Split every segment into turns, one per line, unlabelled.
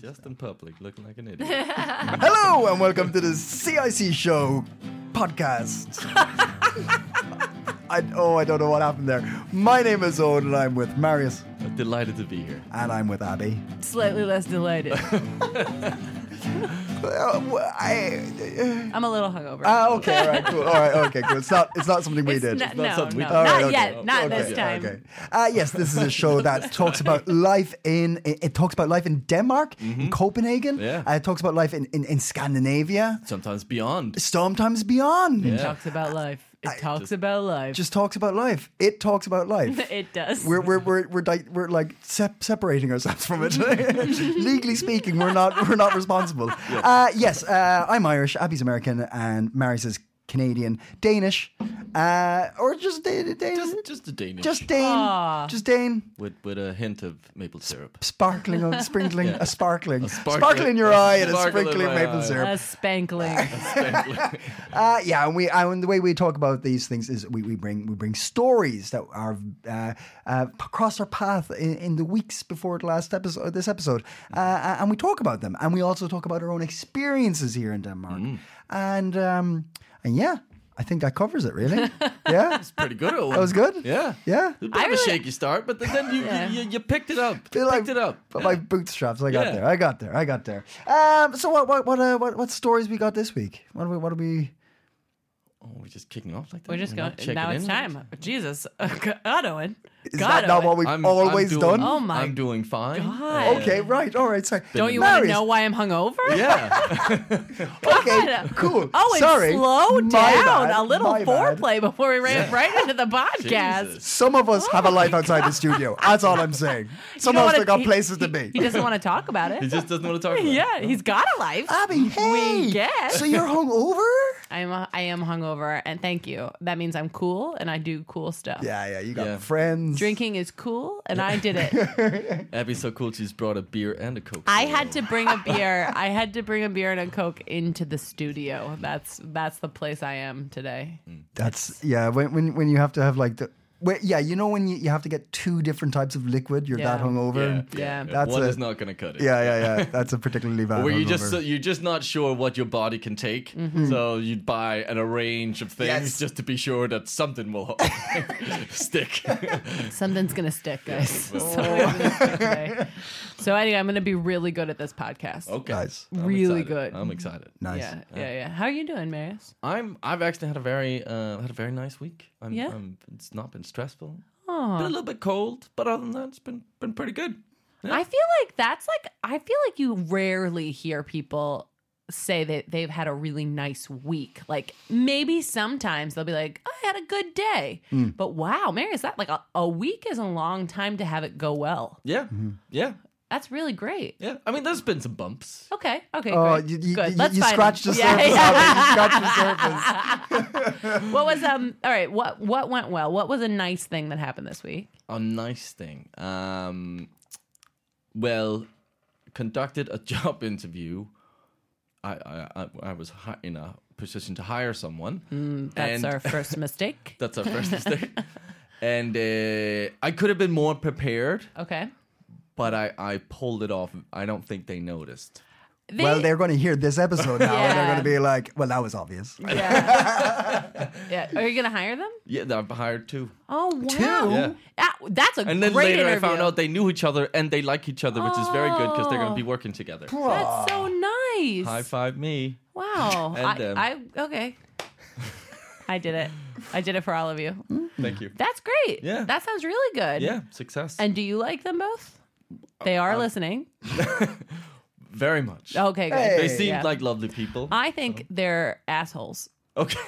Just in public, looking like an idiot.
Hello and welcome to the CIC Show podcast. I, oh, I don't know what happened there. My name is Owen and I'm with Marius
I'm Delighted to be here.
and I'm with Abby.
Slightly less delighted.
Uh, wh- I,
I'm a little hungover.
uh, okay, all right, cool. All right, okay, cool. It's not, it's not something we
It's
did.
not-
not
no,
something we
no,
did. All
right,
not
okay.
yet. Not
Okay,
this time.
Okay. Uh, yes, this is a show that talks about life in it, it talks about life in Denmark, in Copenhagen.
Yeah.
Uh, it talks about life in, in, in Scandinavia,
Sometimes beyond.
sometimes beyond.
It talks about life. It talks about life.
Just talks about life. It talks about life.
it does.
we're we're we're we're, di- we're like sep- separating ourselves from it. Legally speaking, we're not we're not responsible. Uh, yes, uh, I'm Irish. Abby's American, and Mary's is Canadian, Danish, uh, or just da- Dane,
Just, just a Danish.
just Dane,
Aw.
just Dane.
with with a hint of maple syrup.
Sparkling, of, sprinkling,
Yeah.
a sparkling,
A
sparkling,
sparkle-
sparkle in your
a
eye, and a
sparkle in
sprinkling
my
maple
eye.
syrup.
a spankling.
Uh, yeah, and we and the way we talk about these things is we, we bring we bring stories that are uh, uh, p- cross our path in, in the weeks before the last episode this episode, uh, and we talk about them, and we also talk about our own experiences here in Denmark,
Mm.
and um, and yeah, I think that covers it really. yeah,
Pretty good. Owen.
that was good.
Yeah.
yeah.
A bit of a
really-
shaky start, but then you
Yeah.
you, you, you picked it up.
Feel
Picked
like-
it up.
But my bootstraps, I got
Yeah.
there. I got there. I got there. Um, so what what what, uh, what what stories we got this week? What do we what do we?
Oh, we're just kicking off like that.
We're just
not
going.
checking
Now it's
in.
time. Jesus. God, Owen.
Is
God,
that not
Owen.
what we've
I'm
always
I'm doing,
done?
Oh my
I'm doing fine.
God.
Okay, right. All right. Sorry.
Don't you want
Marius,
to know why I'm hungover?
Yeah.
Okay, cool.
Oh, and
sorry.
slow
My
down
bad,
a little
my bad.
foreplay before we ran right into the podcast.
Jesus.
Some of us have a life outside the studio. That's all I'm saying. Some of
Oh You don't
us
wanna-
have got
he-
places to
he-
be.
He doesn't want to talk about
He
it.
just doesn't want to talk about
yeah,
it.
he's got a life.
Abby, hey.
guess.
So you're hungover?
I'm uh, I am hungover, and thank you. That means I'm cool, and I do cool stuff.
Yeah, yeah. You got
Yeah.
friends.
Drinking is cool, and I did it.
Abby's so cool. She's brought a beer and a coke.
I had to bring a beer. I had to bring a beer and a coke into the studio. That's that's the place I am today.
That's yeah. When when when you have to have like the. Wait, yeah, you know when you, you have to get two different types of liquid, you're
Yeah.
that hungover.
Yeah. yeah.
Yeah.
That's
One
it.
is not gonna cut it.
Yeah, yeah, yeah. That's a particularly bad.
Where you
hungover.
just so you're just not sure what your body can take,
Mm-hmm.
so you'd buy an a range of things
Yes.
just to be sure that something will stick.
Something's gonna stick, guys. Something's gonna stick today. So anyway, I'm gonna be really good at this podcast.
Okay,
Nice.
I'm
Really
excited.
good.
I'm excited.
nice.
Yeah, yeah, yeah. How are you doing, Marius?
I'm. I've actually had a very uh, had a very nice week. I'm,
Yeah?
I'm, it's not been stressful. Been a
Oh,
little bit cold, but other than that, it's been been pretty good.
I feel like that's like I feel like you rarely hear people say that they've had a really nice week. Like maybe sometimes they'll be like, "Oh, I had a good day,
Hmm.
but wow, Marius, that like a, a week is a long time to have it go well.
Yeah, yeah,
That's really great.
yeah. I mean, there's been some bumps.
Okay, okay,
Oh,
great.
you, you,
Good.
you,
Let's
you
find
scratched
them.
the
Yeah,
surface.
yeah.
Abby. You scratched the surface.
What was um? All right, what what went well? What was a nice thing that happened this week?
A nice thing. Um, well, conducted a job interview. I I I, I was hi- in a position to hire someone.
Hmm, That's
and-
our first mistake.
That's our first mistake. And uh, I could have been more prepared,
Okay.
but I, I pulled it off. I don't think they noticed.
They-
Well, they're going to hear this episode now, and they're
Yeah.
going to be like, "Well, that was obvious."
Yeah. yeah. Are you gonna hire them?
Yeah, I've hired two.
Oh wow.
Yeah.
That- that's a
And then
great
later
interview.
I found out they knew each other and they like each other, which is very good because they're going to
Oh.
be working together.
that's so nice.
High five me.
Wow.
And um,
I,
them.
I okay. I did it. I did it for all of you.
Thank you.
That's great.
Yeah.
That sounds really good.
Yeah, Uh, success.
And do you like them both? They are listening.
very much.
Okay, good.
They seemed
Yeah.
like lovely people.
I think they're assholes.
Okay.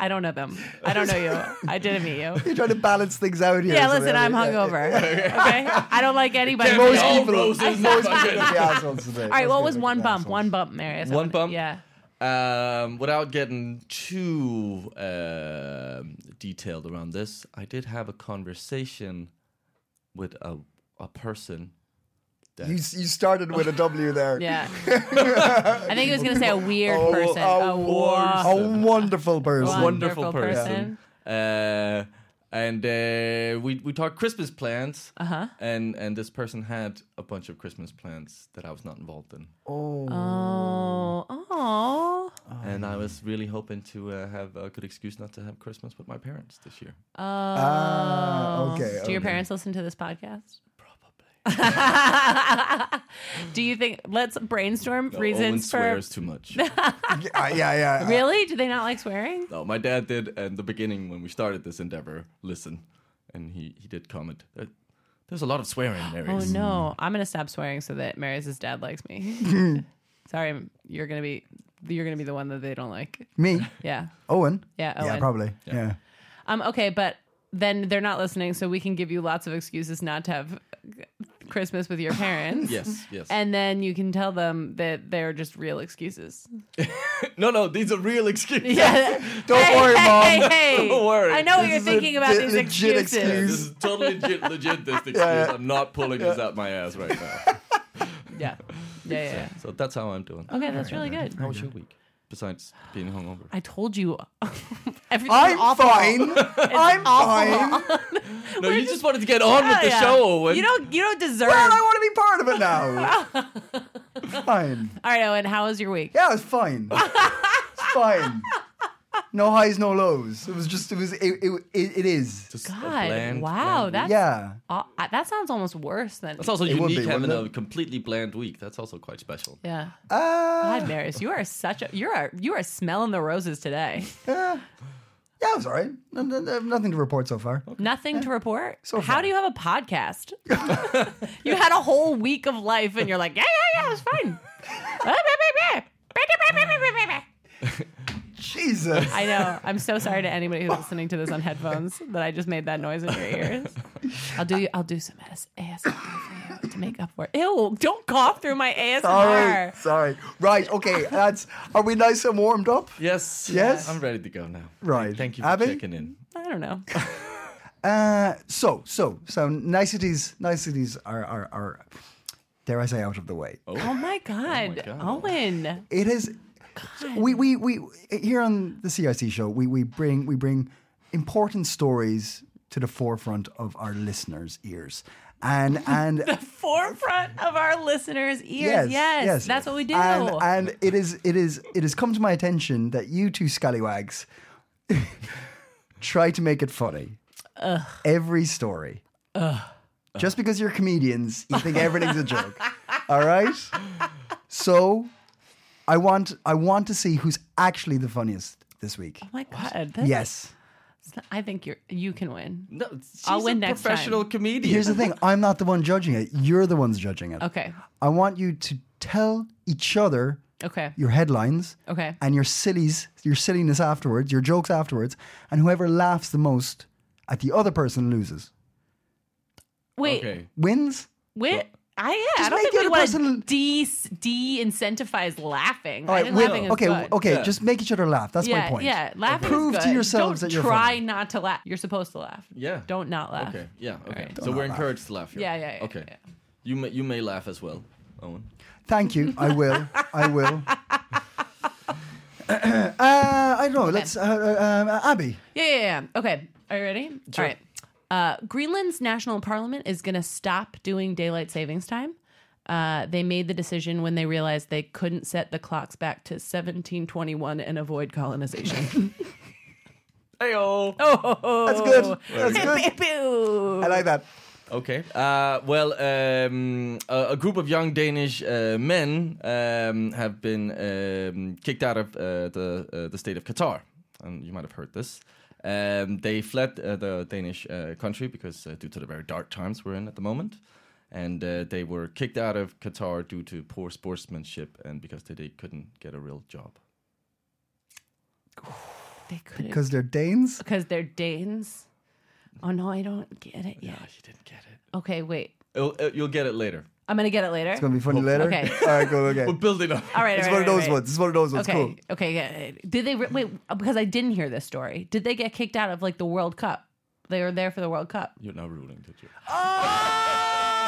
I don't know them. I don't know you. I didn't meet you.
You're trying to balance things out here.
Yeah,
so
listen,
yeah,
I'm
yeah, yeah.
hungover. Okay, I don't like anybody.
Can't
Most
be all
people-
roses.
Most people are the assholes today.
All right, what was one bump? One bump, Mary.
One bump?
Yeah.
Um, without getting too um detailed around this, I did have a conversation with a a person.
You, you started with a W there.
Yeah. I think he was going to say a weird
Oh,
person.
oh,
a
wars.
wa-
A wonderful person.
wonderful,
Wonderful
person. Uh, and uh, we we talked Christmas plans. Uh-huh. And and this person had a bunch of Christmas plans that I was not involved in,
Oh, oh.
and I was really hoping to uh, have a good excuse not to have Christmas with my parents this year.
Ah, okay.
Do your
okay.
parents listen to this podcast? Do you think let's brainstorm
Owen
reasons for
swears too much.
Yeah, yeah. yeah.
Really? Do they not like swearing?
no, my dad did at the beginning when we started this endeavor. Listen, and he he did comment. That, there's a lot of swearing, Mary.
Oh no. I'm going to stop swearing so that Marius' dad likes me. Sorry, I'm- you're going to be you're going to be the one that they don't like.
Me?
Yeah.
Owen?
Yeah,
Yeah,
Owen.
probably. Yeah.
Um, okay, but then they're not listening, so we can give you lots of excuses not to have Christmas with your parents.
Yes, yes.
And then you can tell them that they're just real excuses.
no, no, these are real excuses.
Yeah.
Don't worry, Mom.
Hey, hey.
Don't worry.
I know what
This
you're
is a
thinking about
de-
these
legit
excuses.
excuse.
This is totally legit, legit this excuse.
yeah.
I'm not pulling this out my ass right now.
Yeah. Yeah, yeah. yeah.
So that's how I'm doing.
Okay, that's really good.
How was your week? Besides being hungover.
I told you everything
I'm
awful.
fine. I'm fine.
No, you just, wanted to get on with
Hell
the
yeah.
show, Owen.
You don't you don't deserve
Well, I want to be part of it now. fine.
All right, Owen, how was your week?
Yeah, it was fine. It's fine. No highs, no lows. It was just. It was. It. It, it, it is.
Just a
God.
bland,
wow,
bland
that's
Yeah.
aw- that sounds almost worse than
week. That's also
would be,
unique having
wouldn't
a completely bland week. That's also quite special.
Yeah.
Uh,
God, Marius, you are such a you are you are smelling the roses today.
yeah, it was alright. No- no- no- Nothing to report so far.
Nothing to report.
So
how
far.
do you have a podcast? you had a whole week of life, and you're like, yeah, yeah, yeah, it's fine.
Jesus.
I know. I'm so sorry to anybody who's listening to this on headphones that I just made that noise in your ears. I'll do you. I'll do some AS- ASMR for you to make up for it. Ew! Don't cough through my ASMR.
Sorry. Sorry. Right. Okay. That's. Are we nice and warmed up?
Yes.
Yes.
I'm ready to go now.
Right.
Thank you for
Abby?
checking in.
I don't know. Oh
Uh, so so so niceties niceties are are are dare I say out of the way.
Oh my god,
God.
Owen.
It is we we we here on the CIC show we we bring we bring important stories to the forefront of our listeners' ears. And and
forefront of our listeners' ears. Yes, that's what we do.
And,
Oh
and it is, it is, it has come to my attention that you two scallywags try to make it funny. Every story. Just because you're comedians, you think everything's a joke. All right. So, I want, I want to see who's actually the funniest this week.
oh my god, that's,
Yes.
I think you're you can win.
No, she's
I'll win
a
next
professional comedian.
Here's the thing. I'm not the one judging it. You're the ones judging it.
Okay,
I want you to tell each other
okay,
your headlines.
okay.
and your sillies, your silliness afterwards, your jokes afterwards, and whoever laughs the most at the other person loses.
Wait,
Okay.
Wins?
wait. I yeah, I
Just
don't
make
think
the
we
other
want
person-
to de de incentivize laughing.
All
I
right,
think
win-
laughing is
okay,
good.
okay,
Yeah.
just make each other laugh. That's
yeah,
my point.
yeah. Laughing. is
Prove to
good.
yourselves
Don't
that you're
try
funny.
not to laugh. You're supposed to laugh.
Yeah.
Don't not laugh.
Okay. Yeah. Okay.
right.
So we're encouraged to laugh here.
Yeah, yeah, yeah,
Okay.
yeah.
You may you may laugh as well, Owen.
Thank you. I will. I will. uh, I don't know. Let's. Uh, uh, um, Abby.
Yeah, yeah, yeah. Okay. Are you ready? All right. Uh, Greenland's national parliament is going to stop doing daylight savings time. Uh, they made the decision when they realized they couldn't set the clocks back to 1721 and avoid colonization.
Heyo.
oh,
That's good. That's good.
Boo.
I like that.
Okay. Uh, well, um, a, a group of young Danish uh, men um, have been um, kicked out of uh, the uh, the state of Qatar, and you might have heard this. Um, they fled uh, the Danish uh, country because uh, due to the very dark times we're in at the moment, and uh, they were kicked out of Qatar due to poor sportsmanship and because they, they couldn't get a real job.
They couldn't
because they're Danes.
because they're Danes. Oh no, I don't get it yet.
Ah, she didn't get it.
Okay, wait.
It'll- uh, you'll get it later.
I'm gonna get it later.
It's gonna be funny later.
Okay.
All right, cool. Okay.
We're building up.
all right,
It's
all
one
right,
of
all
those
right.
ones. It's one of those ones.
Okay.
Cool.
Okay. Yeah. Did they re- wait? Because I didn't hear this story. Did they get kicked out of like the World Cup? They were there for the World Cup.
You're not ruling, did you?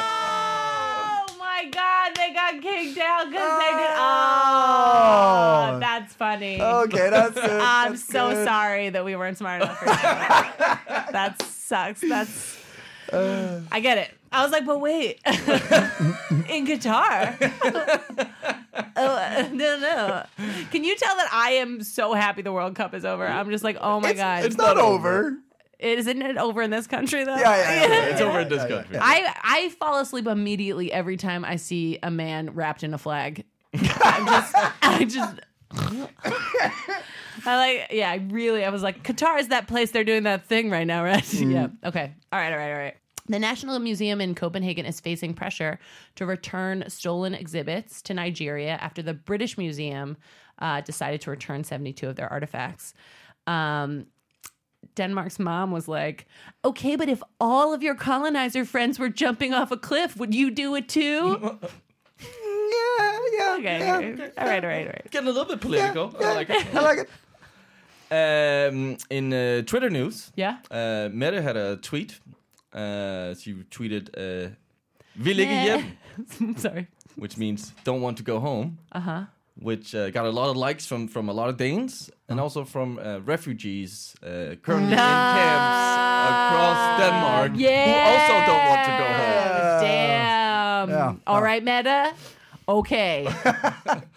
Oh my God! They got kicked out because they did.
Oh.
Oh, that's funny.
Okay, that's it.
I'm
That's
so
good.
sorry that we weren't smart enough for that. that sucks. That's. I get it. I was like, but wait, in guitar. oh, no, no. Can you tell that I am so happy the World Cup is over? I'm just like, oh my god,
It's not over.
isn't it over in this country though?
Yeah, yeah, yeah, yeah,
It's
yeah,
over in this
yeah, yeah,
country.
yeah.
I I fall asleep immediately every time I see a man wrapped in a flag. I'm just, I just. I like, yeah, I really, I was like, Qatar is that place they're doing that thing right now, right? yeah. Okay. All right, all right, all right. The National Museum in Copenhagen is facing pressure to return stolen exhibits to Nigeria after the British Museum uh, decided to return 72 of their artifacts. Um, Denmark's mom was like, okay, but if all of your colonizer friends were jumping off a cliff, would you do it too?
Yeah, yeah.
Okay.
yeah.
All right, all right, all right.
Getting a little bit political. I like it.
I like it.
Um, in uh, Twitter news,
Yeah.
uh, Mette had a tweet. Uh, she tweeted, uh, "Vil ikke
Meh.
hjem,"
I'm sorry.
which means "Don't want to go home." Uh-huh. Which uh, got a lot of likes from from a lot of Danes and
Oh.
also from uh, refugees uh, currently in camps across
Ah,
Denmark who also don't want to go home.
Damn.
Yeah.
All right, Meta. Okay.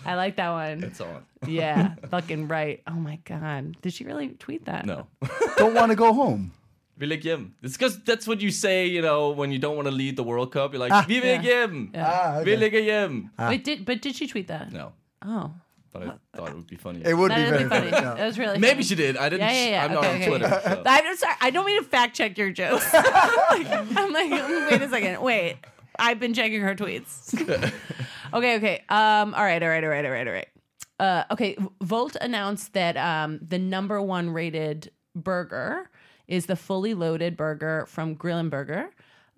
I like that one.
It's on.
Yeah. Fucking right. Oh my God. Did she really tweet that?
No.
Don't want to go home.
Vil ikke hjem. It's because that's what you say, you know, when you don't want to lead the World Cup. You're like, "Vi vil ikke hjem.
Ah,
Vil
okay.
ikke hjem."
Wait, did, but did she tweet that?
No,
Oh.
but I thought it would be funny.
It would
That
be
is
very
funny.
funny.
That
yeah.
was really
Maybe
funny.
she did. I didn't.
Yeah, yeah, yeah.
I'm
Okay, okay,
not on Twitter. so.
I'm sorry. I don't mean to fact check your jokes. I'm like, wait a second. Wait. I've been checking her tweets. okay, okay. Um, all right, all right, all right, all right, all right. Uh, okay, V- Volt announced that um, the number one rated burger is the fully loaded burger from Grillen Burger.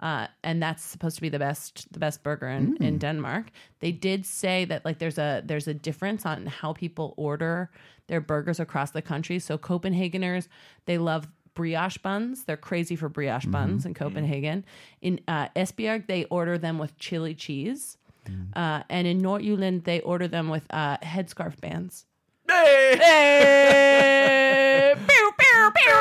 Uh, and that's supposed to be the best the best burger in, in Denmark. They did say that like there's a there's a difference on how people order their burgers across the country. So Copenhageners, they love brioche buns. They're crazy for brioche buns in Copenhagen. In uh, Esbjerg, they order them with chili cheese. Uh, and in Nordjylland, they order them with uh, headscarf bands. Hey! Pew, pew, pew!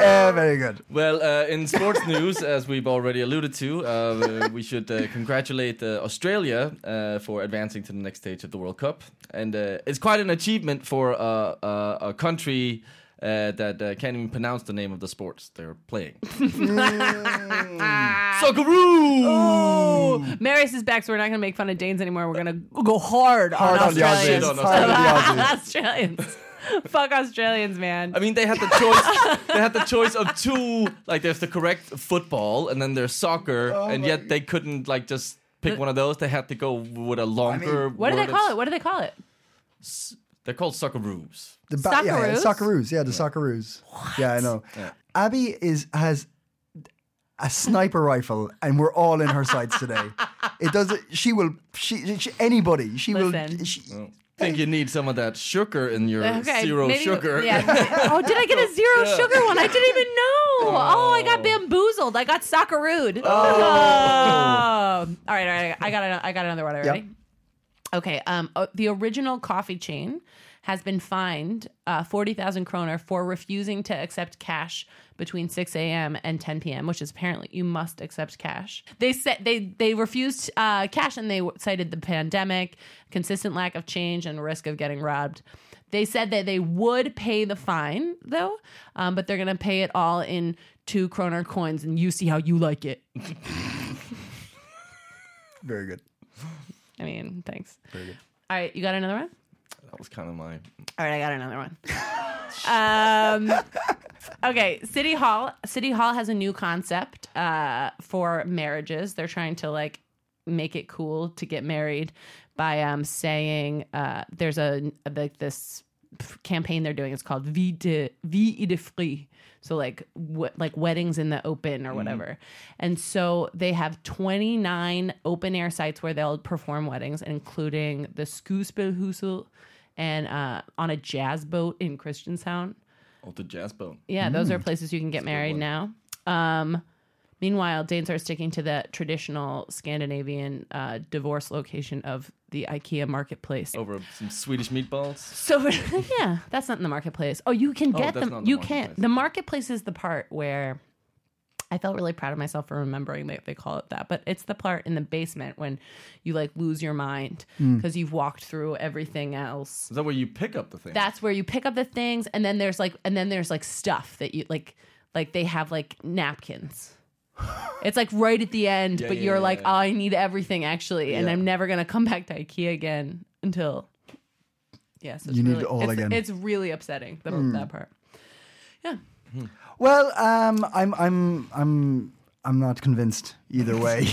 Yeah, very good.
Oh,
Well, uh, in sports news, as we've already alluded to, uh, we should uh, congratulate uh, Australia uh, for advancing to the next stage of the World Cup, and uh, it's quite an achievement for uh, uh, a country. Uh, that uh, can't even pronounce the name of the sports they're playing.
Oh.
Socceroo!
Marius is back, so we're not going to make fun of Danes anymore. We're going to go hard,
Hard
on
on the
Australians.
Aussies.
Shit on
Hard on the Aussies.
Australians. Fuck Australians, man.
I mean, they had the choice. they had the choice of two. Like, there's the correct football, and then there's soccer, and yet they couldn't like just pick one of those. They had to go with a longer.
what do they
word
call
of-
it? What do they call it?
They're called socceroos.
The ba- yeah, yeah,
Socceroos?
Socceroos. Yeah, the Socceroos. Yeah, I know. Abby is has a sniper rifle, and we're all in her sights today. It does. She will. She. she anybody. She will.
Listen.
She,
Think you need some of that sugar in your zero
maybe-
sugar.
Yeah. oh, did I get a zero sugar one? I didn't even know. Oh, I got bamboozled. I got soccerooed. Oh. All right, all right. I got another, I got another one. Are you
Yep.
Ready? Okay. Um, uh, the original coffee chain has been fined uh, forty thousand kroner for refusing to accept cash between six a.m. and ten p.m., which is apparently you must accept cash. They said they they refused uh, cash and they w- cited the pandemic, consistent lack of change, and risk of getting robbed. They said that they would pay the fine though, um, but they're going to pay it all in two kroner coins, and you see how you like it.
very good.
I mean, thanks. All right, you got another one.
That was kind of my.
All right, I got another one. um, okay, City Hall. City Hall has a new concept uh, for marriages. They're trying to like make it cool to get married by um, saying uh, there's a like this f- campaign they're doing. It's called Vie de Vie de Free. So like w- like weddings in the open or whatever. And so they have 29 open air sites where they'll perform weddings, including the Skuspelhusel and uh, on a jazz boat in Christianstown.
Oh, the jazz bone.
Yeah, those are
Mm.
places you can get married now. Um, meanwhile, Danes are sticking to the traditional Scandinavian uh, divorce location of the IKEA marketplace.
Over some Swedish meatballs.
So yeah, that's not in the marketplace. Oh, you can get
that's
them.
not in the
you can't.
marketplace.
The marketplace is the part where I felt really proud of myself for remembering that they call it that. But it's the part in the basement when you like lose your mind
Hmm.
because you've walked through everything else
Is that where you pick up the thing?
that's where you pick up the things and then there's like and then there's like stuff that you like like they have like napkins it's like right at the end but
yeah,
you're
yeah,
like
yeah.
oh, i need everything actually and i'm never gonna come back to ikea again until yes it's
You need
really,
it all
it's,
again. Hmm.
it's really upsetting the, that part yeah
Well, um, I'm, I'm, I'm, I'm not convinced either way.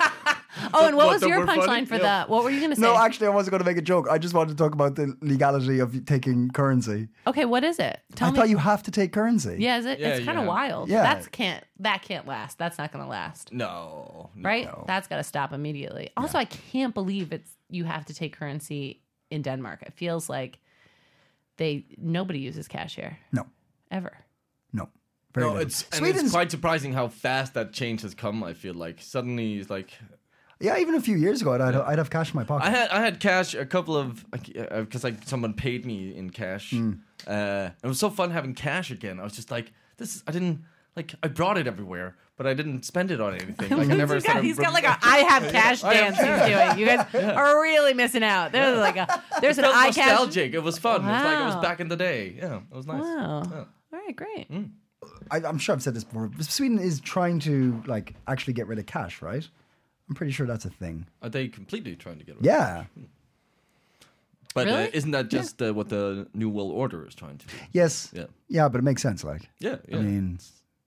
oh and what
what,
was
that
your
we're funny?
punchline for
Yeah.
that what were you gonna say
no, actually, I wasn't going to make a joke. I just wanted to talk about the legality of taking currency.
okay what is it tell
I
me
thought you have to take currency.
yeah is it
Yeah,
it's
you
kind of
have-
wild
Yeah.
that's can't that can't last that's not gonna last
no. no.
right? That's got to stop immediately. Also, I can't believe it's you have to take currency in Denmark. It feels like they nobody uses cash here
No,
ever.
no, very
No,
little.
it's, and
Sweden's
it's quite surprising how fast that change has come. I feel like suddenly it's like
yeah. Even a few years ago, I'd, I'd, I'd have cash in my pocket.
I had I had cash a couple of because like someone paid me in cash.
Hmm.
Uh, it was so fun having cash again. I was just like this. I didn't like I brought it everywhere, but I didn't spend it on anything. Like, I never.
he's got,
started
he's got
rem-
like a I have cash
I have
dance he's doing. You guys are really missing out. There's like a there's an
felt
I cash.
nostalgic. It was fun. It was like it was
Wow.
back in the day. Yeah, it was nice.
Wow.
Yeah.
All right, great.
Mm.
I, I'm sure I've said this before. but Sweden is trying to like actually get rid of cash, right? I'm pretty sure that's a thing.
Are they completely trying to get rid? of it?
Yeah.
But uh,
Really?
isn't that just uh, what the new world order is trying to do?
Yes.
Yeah.
Yeah, but it makes sense. Like,
Yeah, yeah.
I mean,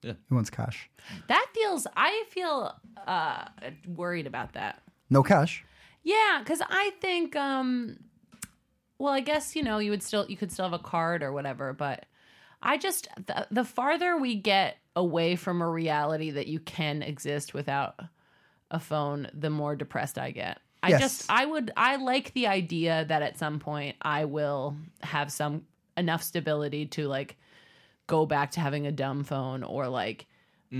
Yeah.
who wants cash?
That feels. I feel uh, worried about that.
No cash.
Yeah, because I think, um, well, I guess you know you would still you could still have a card or whatever, but I just the, the farther we get away from a reality that you can exist without a phone, the more depressed I get. I
Yes.
just I would I like the idea that at some point I will have some enough stability to like go back to having a dumb phone or like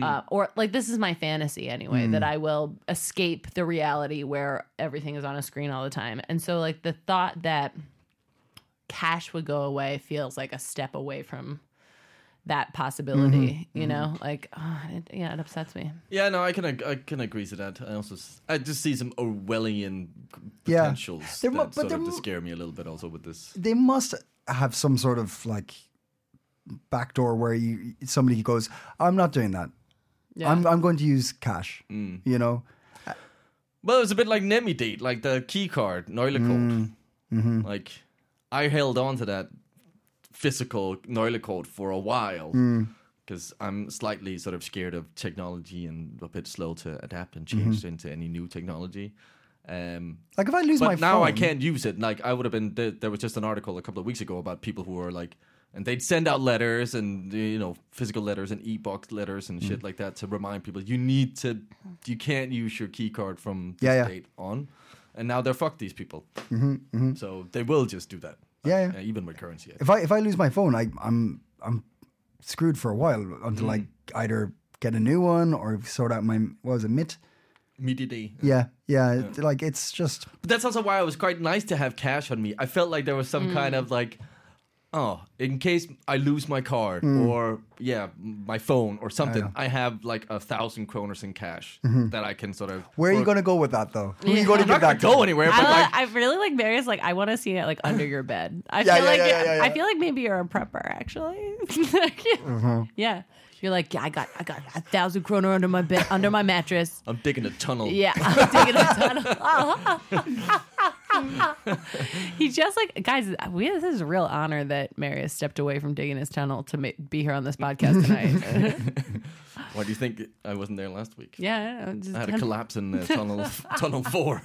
uh, or like this is my fantasy anyway that I will escape the reality where everything is on a screen all the time. And so like the thought that cash would go away feels like a step away from that possibility,
Mm-hmm.
you know? Like oh, it, yeah, it upsets me.
Yeah, no, I can ag- I can agree to that. I also s- I just see some Orwellian c-
Yeah.
potentials
There mu-
that
but Mm.
sort
there
of
mu-
scare me a little bit. Also with this,
They must have some sort of like backdoor where you somebody goes, "I'm not doing that.
Yeah.
I'm I'm going to use cash."
Mm.
You know.
well, it's a bit like Nemi date, like the key card,
Mm.
Neulekort.
Mm-hmm.
Like I held on to that physical Neulekort for a while
Mm.
because I'm slightly sort of scared of technology and a bit slow to adapt and
Mm-hmm.
change into any new technology. Um,
Like if I lose my
but now
phone,
I can't use it. Like I would have been. There, there was just an article a couple of weeks ago about people who were like, and they'd send out letters and you know physical letters and e-box letters and
Mm.
shit like that to remind people you need to, you can't use your key card from this
Yeah, yeah. Mm-hmm,
date on. And now they're fucked these people. So they will just do that.
Yeah, yeah.
Uh, even with currency. I think.
If I if I lose my phone, I, I'm I'm screwed for a while until
Mm.
I either get a new one or sort out my what was it mitt.
Media day.
Yeah, yeah. it- Like it's just
But that's also why it was quite nice to have cash on me. I felt like there was some kind of like, oh, in case I lose my card or yeah, my phone or something, I have like a thousand kroners in cash that I can sort of.
where are you
or-
going to go with that though? Who are you going to
I'm not gonna
give that
go
to?
anywhere,
I,
but like,
li- I really like Mary's like I want to see it like under your bed. I
Yeah,
feel
yeah,
like
yeah, yeah, yeah,
I
yeah.
feel like maybe you're a prepper actually.
Mm-hmm.
Yeah. You're like, yeah, I got I got a thousand kroner under my bed under my mattress.
I'm digging a tunnel.
Yeah, I'm digging a tunnel. he just like guys. We this is a real honor that Marius stepped away from digging his tunnel to ma- be here on this podcast tonight.
Why do you think I wasn't there last week?
yeah, I'm just
I had a
kind of-
collapse in uh, tunnel tunnel four.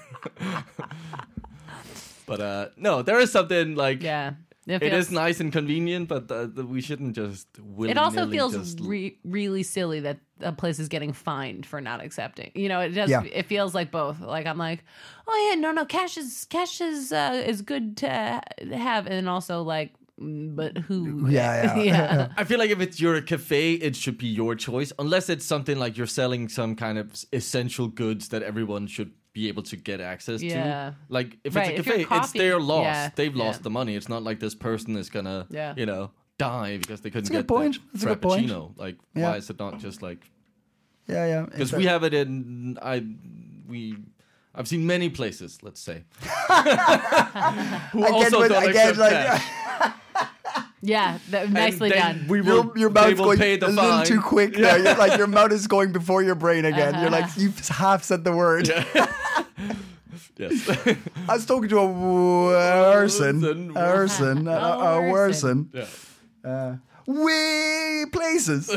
but uh, no, there is something like
yeah. It,
It
feels-
is nice and convenient, but uh, th- we shouldn't just.
It also feels
just...
re- really silly that a place is getting fined for not accepting. You know, it does.
Yeah.
It feels like both. Like I'm like, oh yeah, no, no, cash is cash is uh, is good to ha- have, and also like, mm, but who?
Yeah, yeah.
I feel like if it's your cafe, it should be your choice, unless it's something like you're selling some kind of s- essential goods that everyone should be able to get access
Yeah.
to. Like if
Right, if
it's a
your
cafe, it's
coffee-
their loss.
yeah,
They've
yeah.
lost the money. It's not like this person is gonna,
Yeah.
you know, die because they couldn't
a
get
good
the
point. That's a good point.
frappuccino. Like
Yeah.
why is it not just like
Yeah, yeah.
because we have it in I we. I've seen many places, let's say. Who
Again
also
with-
don't
again,
accept
like-
cash.
yeah, that,
And
nicely
then
done.
We will,
your, your
they
mouth's
will
going
pay the
a little
fine.
too quick. now. You're like your mouth is going before your brain again. You're
Uh-huh.
like you've half said the word.
Yes.
I was talking to a Uh, person,
Person.
a person, a,
A
a
person.
person.
Yeah.
Uh, We places.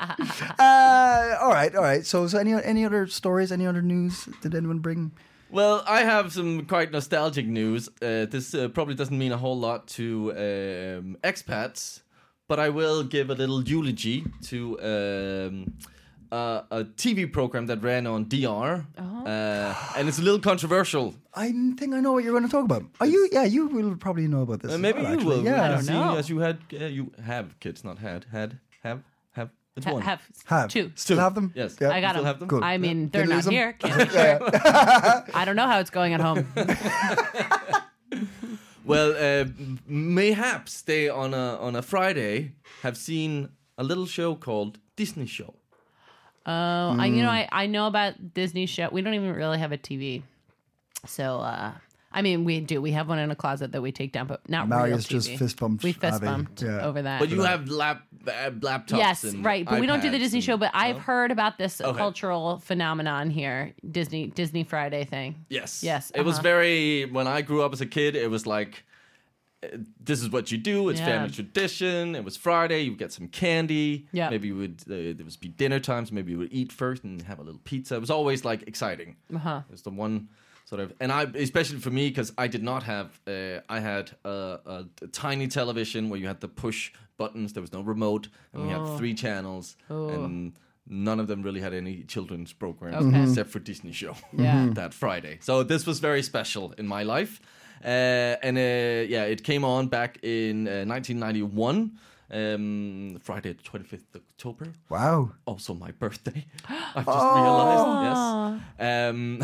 uh, all right, all right. So, so any any other stories? Any other news? Did anyone bring?
Well, I have some quite nostalgic news. Uh, this uh, probably doesn't mean a whole lot to um, expats, but I will give a little eulogy to um, uh, a TV program that ran on DR,
Uh-huh.
uh, and it's a little controversial.
I think I know what you're going to talk about. Are you? Yeah, you will probably know about this.
Uh,
as
maybe
well,
you
actually.
will.
Yeah,
don't
seeing
know.
as you had, uh, you have kids, not had, had, have, have. It's
Ha-
one.
have,
have
two.
still have them.
Yes.
Yeah.
I got
still
them.
have them?
Cool.
I mean,
Did
they're
you
not
lose them?
here. Can't be sure. I don't know how it's going at home.
Well, uh, m- mayhaps they on a on a Friday have seen a little show called Disney Show.
Oh, I, you know,
Mm.
I, I know about Disney show. We don't even really have a TV. So, uh, I mean, we do. We have one in a closet that we take down, but not
Marius
real
just
TV.
fist bumped
We fist
Abby.
bumped
Yeah.
over that.
But you have lap uh, laptops.
yes,
and
right. But we don't do the
iPads
Disney
and-
show. But I've
No?
heard about this
Okay.
cultural phenomenon here, Disney Disney Friday thing.
Yes.
Yes,
It was
uh-huh.
very when I grew up as a kid. It was like. uh, This is what you do. It's
Yeah.
family tradition. It was Friday. You would get some candy.
Yeah.
Maybe you would. Uh, there was be dinner times. Maybe you would eat first and have a little pizza. It was always like exciting.
Uh-huh.
It's the one sort of, and I especially for me because I did not have. Uh, I had a, a, a tiny television where you had to push buttons. There was no remote, and we
Oh.
had three channels, and none of them really had any children's programs
Okay.
except for Disney Show
Yeah.
Hmm.
Mhm.
that Friday. So this was very special in my life, uh, and uh, yeah, it came on back in uh, 1991. Um, Friday, twenty fifth October
Wow.
also my birthday. I've just realized, yes. Um,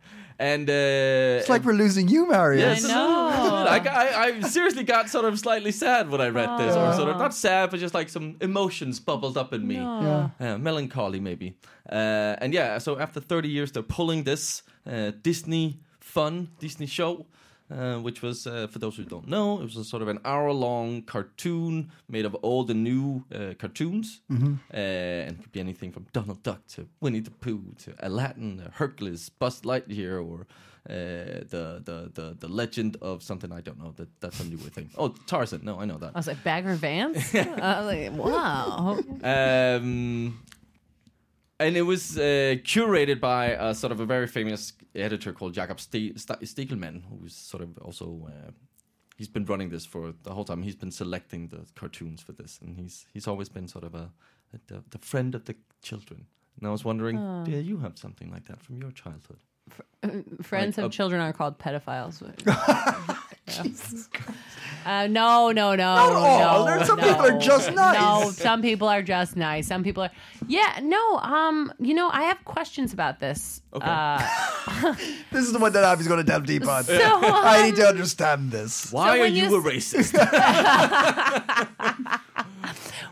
and uh,
It's like we're losing you, Marius.
yes,
I know.
I, got- I, I seriously got sort of slightly sad when I read this, or sort of not sad, but just like some emotions bubbled up in me,
Yeah.
uh, melancholy maybe. Uh, and yeah, so after 30 years, they're pulling this uh, Disney fun Disney show. Uh, which was, uh, for those who don't know, it was a sort of an hour-long cartoon made of old and new uh, cartoons, uh, and it could be anything from Donald Duck to Winnie the Pooh to Aladdin, uh, Hercules, Buzz Lightyear, or uh, the, the the the legend of something I don't know. That that's a newer thing. Oh, Tarzan. No, I know that.
I was like Bagger Vance. I was like, wow.
Um, and it was uh, curated by a sort of a very famous editor called Jakob Ste- Sta- Stegelman, who's sort of also uh, he's been running this for the whole time. He's been selecting the cartoons for this, and he's he's always been sort of a, a the, the friend of the children. And I was wondering, do you have something like that from your childhood?
Friends
Like
of
a-
children are called pedophiles. Uh, no, no, no. Not
all.
No,
There are some
no.
people are just nice.
No, some people are just nice. Some people are. Yeah, no. Um, you know, I have questions about this.
Okay.
Uh,
This is the one that Abby's going to delve deep on.
So, um,
I need to understand this.
Why are
when you
you a racist?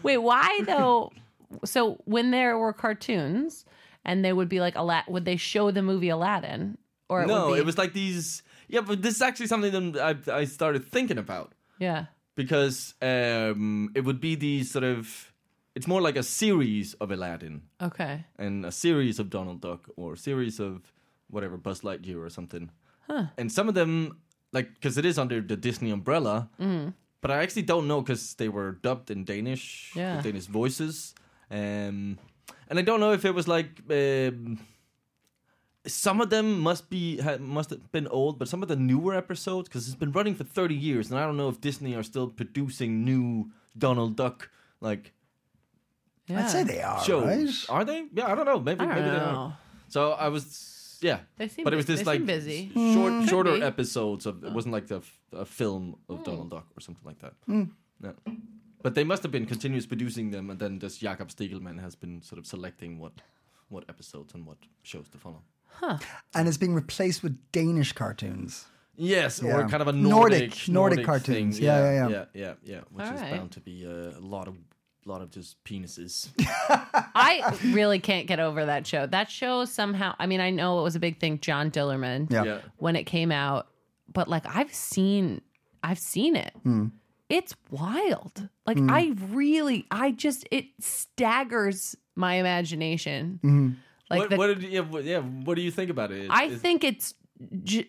wait, why though? So when there were cartoons, and they would be like Aladdin, would they show the movie Aladdin? Or it
no,
would be,
it was like these. Yeah, but this is actually something that I, I started thinking about.
yeah.
because um, it would be these sort of it's more like a series of Aladdin
Okay.
and a series of Donald Duck or a series of whatever Buzz Lightyear or something. And some of them like because it is under the Disney umbrella, but I actually don't know because they were dubbed in Danish, with
Yeah.
Danish voices, um, and I don't know if it was like. Um, some of them must be ha- must have been old, but some of the newer episodes because it's been running for thirty years, and I don't know if Disney are still producing new Donald Duck like
Yeah.
I'd say they are,
shows.
right?
Are they? Yeah, I don't know. Maybe
I don't
maybe they
know.
are. So I was yeah,
They seem
but it was
bu-
this
they
like
seem busy. Hmm.
s- short shorter
be. Hmm.
episodes of it wasn't like the f- a film of Donald Duck or something like that.
Hmm.
No. But they must have been continuous producing them, and then just Jakob Stegelman has been sort of selecting what what episodes and what shows to follow.
And it's being replaced with Danish cartoons.
Yes,
Yeah.
or kind of a
Nordic-
Nordic
Nordic cartoons.
thing.
Yeah, yeah,
yeah,
yeah.
yeah, yeah, Which
All
is
right.
bound to be uh, a lot of lot of just penises.
I really can't get over that show. That show somehow, I mean, I know it was a big thing, John Dillerman,
Yeah.
yeah,
when it came out, but like I've seen, I've seen it. It's wild. Like I really, I just, it staggers my imagination. Like
what,
the-
what did you, yeah, what, yeah, what do you think about it?
I
Is-
think it's j-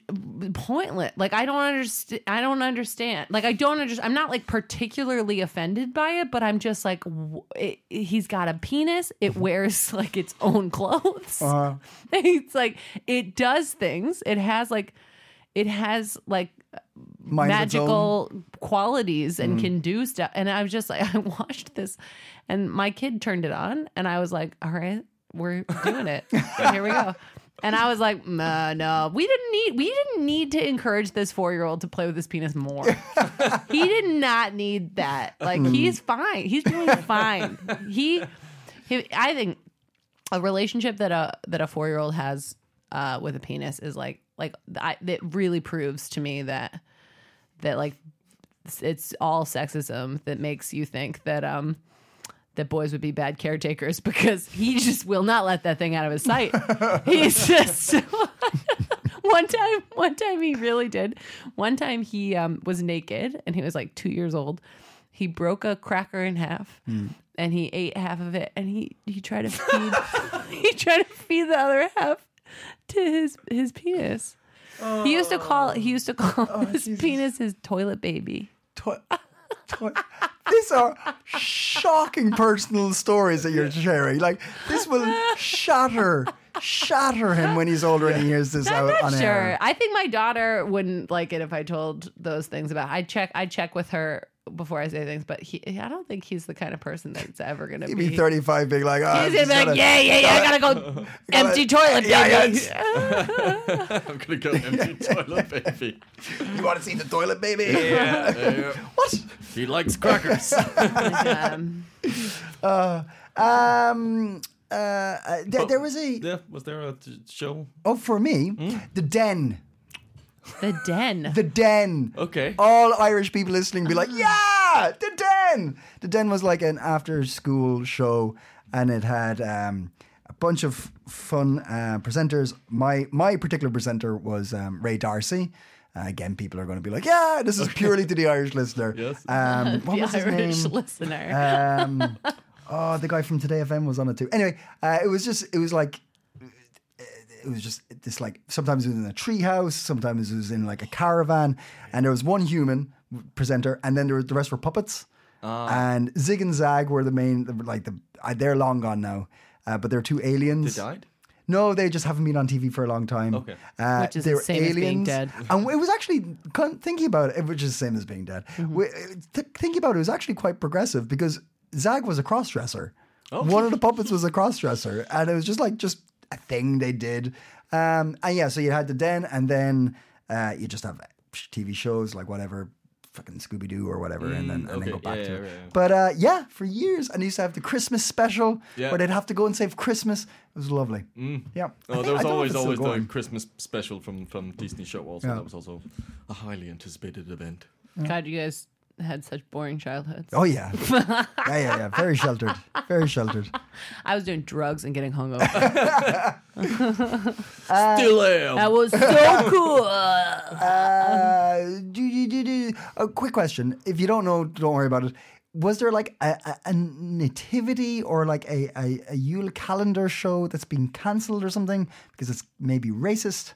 pointless. Like I don't understand. I don't understand. Like I don't understand. I'm not like particularly offended by it, but I'm just like, w- it, it- he's got a penis.
Mm-hmm.
It wears like its own clothes.
Uh-huh.
Uh,
it's like it does things. It has like, it has like
Mind of its own. Mm.
magical qualities and can do stuff. And I was just like, I watched this, and my kid turned it on, and I was like, all right, we're doing it. Here we go. And I was like, nah, no, we didn't need we didn't need to encourage this four year old to play with his penis more. he did not need that. Like
Mm.
he's fine. He's doing fine. He, he I think a relationship that a that a four year old has uh, with a penis is like like I, it really proves to me that that like it's- it's all sexism that makes you think that um that boys would be bad caretakers because he just will not let that thing out of his sight. He's just one time one time he really did. One time he um was naked and he was like 2 years old. He broke a cracker in half and he ate half of it and he he tried to feed he tried to feed the other half to his his penis. He used to call he used to call his
Jesus.
penis his toilet baby.
Toi- toi- These are shocking personal stories that you're sharing. Like this will shatter, shatter him when he's older and he hears this
I'm
out
not
on
sure.
air.
I think my daughter wouldn't like it if I told those things about. I check. I check with her before I say things, but he, I don't think he's the kind of person that's ever gonna
He'd
be.
be 35, being like, oh,
He's gonna be like, yeah, yeah, yeah. I gotta go empty toilet, baby.
Yeah,
I'm gonna go empty toilet baby.
You want to see the toilet, baby?
Yeah,
What?
he likes crackers.
Um,
Um, uh, uh, there, there was a
yeah, was there a t- show?
oh for me, the den,
the den.
the den.
Okay.
all Irish people listening be like, yeah, The Den. The Den was like an after school show and it had um, a bunch of fun uh, presenters. My my particular presenter was um, Ray Darcy. Uh, again, people are going to be like, yeah, this is purely to the Irish listener.
Yes.
Um, what
the
was his
Irish
name?
listener.
Um, oh, the guy from Today FM was on it too. Anyway, uh, it was just, it was like, it was just this like, sometimes it was in a treehouse, sometimes it was in like a caravan, and there was one human presenter, and then there were, the rest were puppets. And Zig and Zag were the main, like the, uh, they're long gone now, uh, but they're two aliens.
They died.
No, they just haven't been on TV for a long time.
Okay.
Uh,
Which is
they
the
were
same as being dead.
And it was actually, con- thinking about it, which is the same as being dead.
Mm-hmm.
We- uh, th- thinking about it, it was actually quite progressive because Zag was a crossdresser.
Oh.
One of the puppets was a crossdresser. And it was just like, just a thing they did. Um, and yeah, so you had the den, and then uh, you just have TV shows like whatever, fucking Scooby Doo or whatever, and, then, and
Mm, okay.
then go back
Yeah,
to
yeah,
it.
right, yeah.
But uh, yeah, for years, and they used to have the Christmas special
Yeah.
where they'd have to go and save Christmas. It was lovely. Yeah. I
Oh,
think-
there
I
was
don't know if
always
it's still
always the
going.
Christmas special from from Disney show. Also,
Yeah.
that was also a highly anticipated event.
God, you guys had such boring childhoods.
Oh yeah, yeah, yeah, yeah. Very sheltered, very sheltered.
I was doing drugs and getting hungover.
Still am.
that was so cool.
Uh, do, do, do, do. A quick question: If you don't know, don't worry about it. Was there like a, a, a nativity or like a, a, a Yule calendar show that's been cancelled or something because it's maybe racist?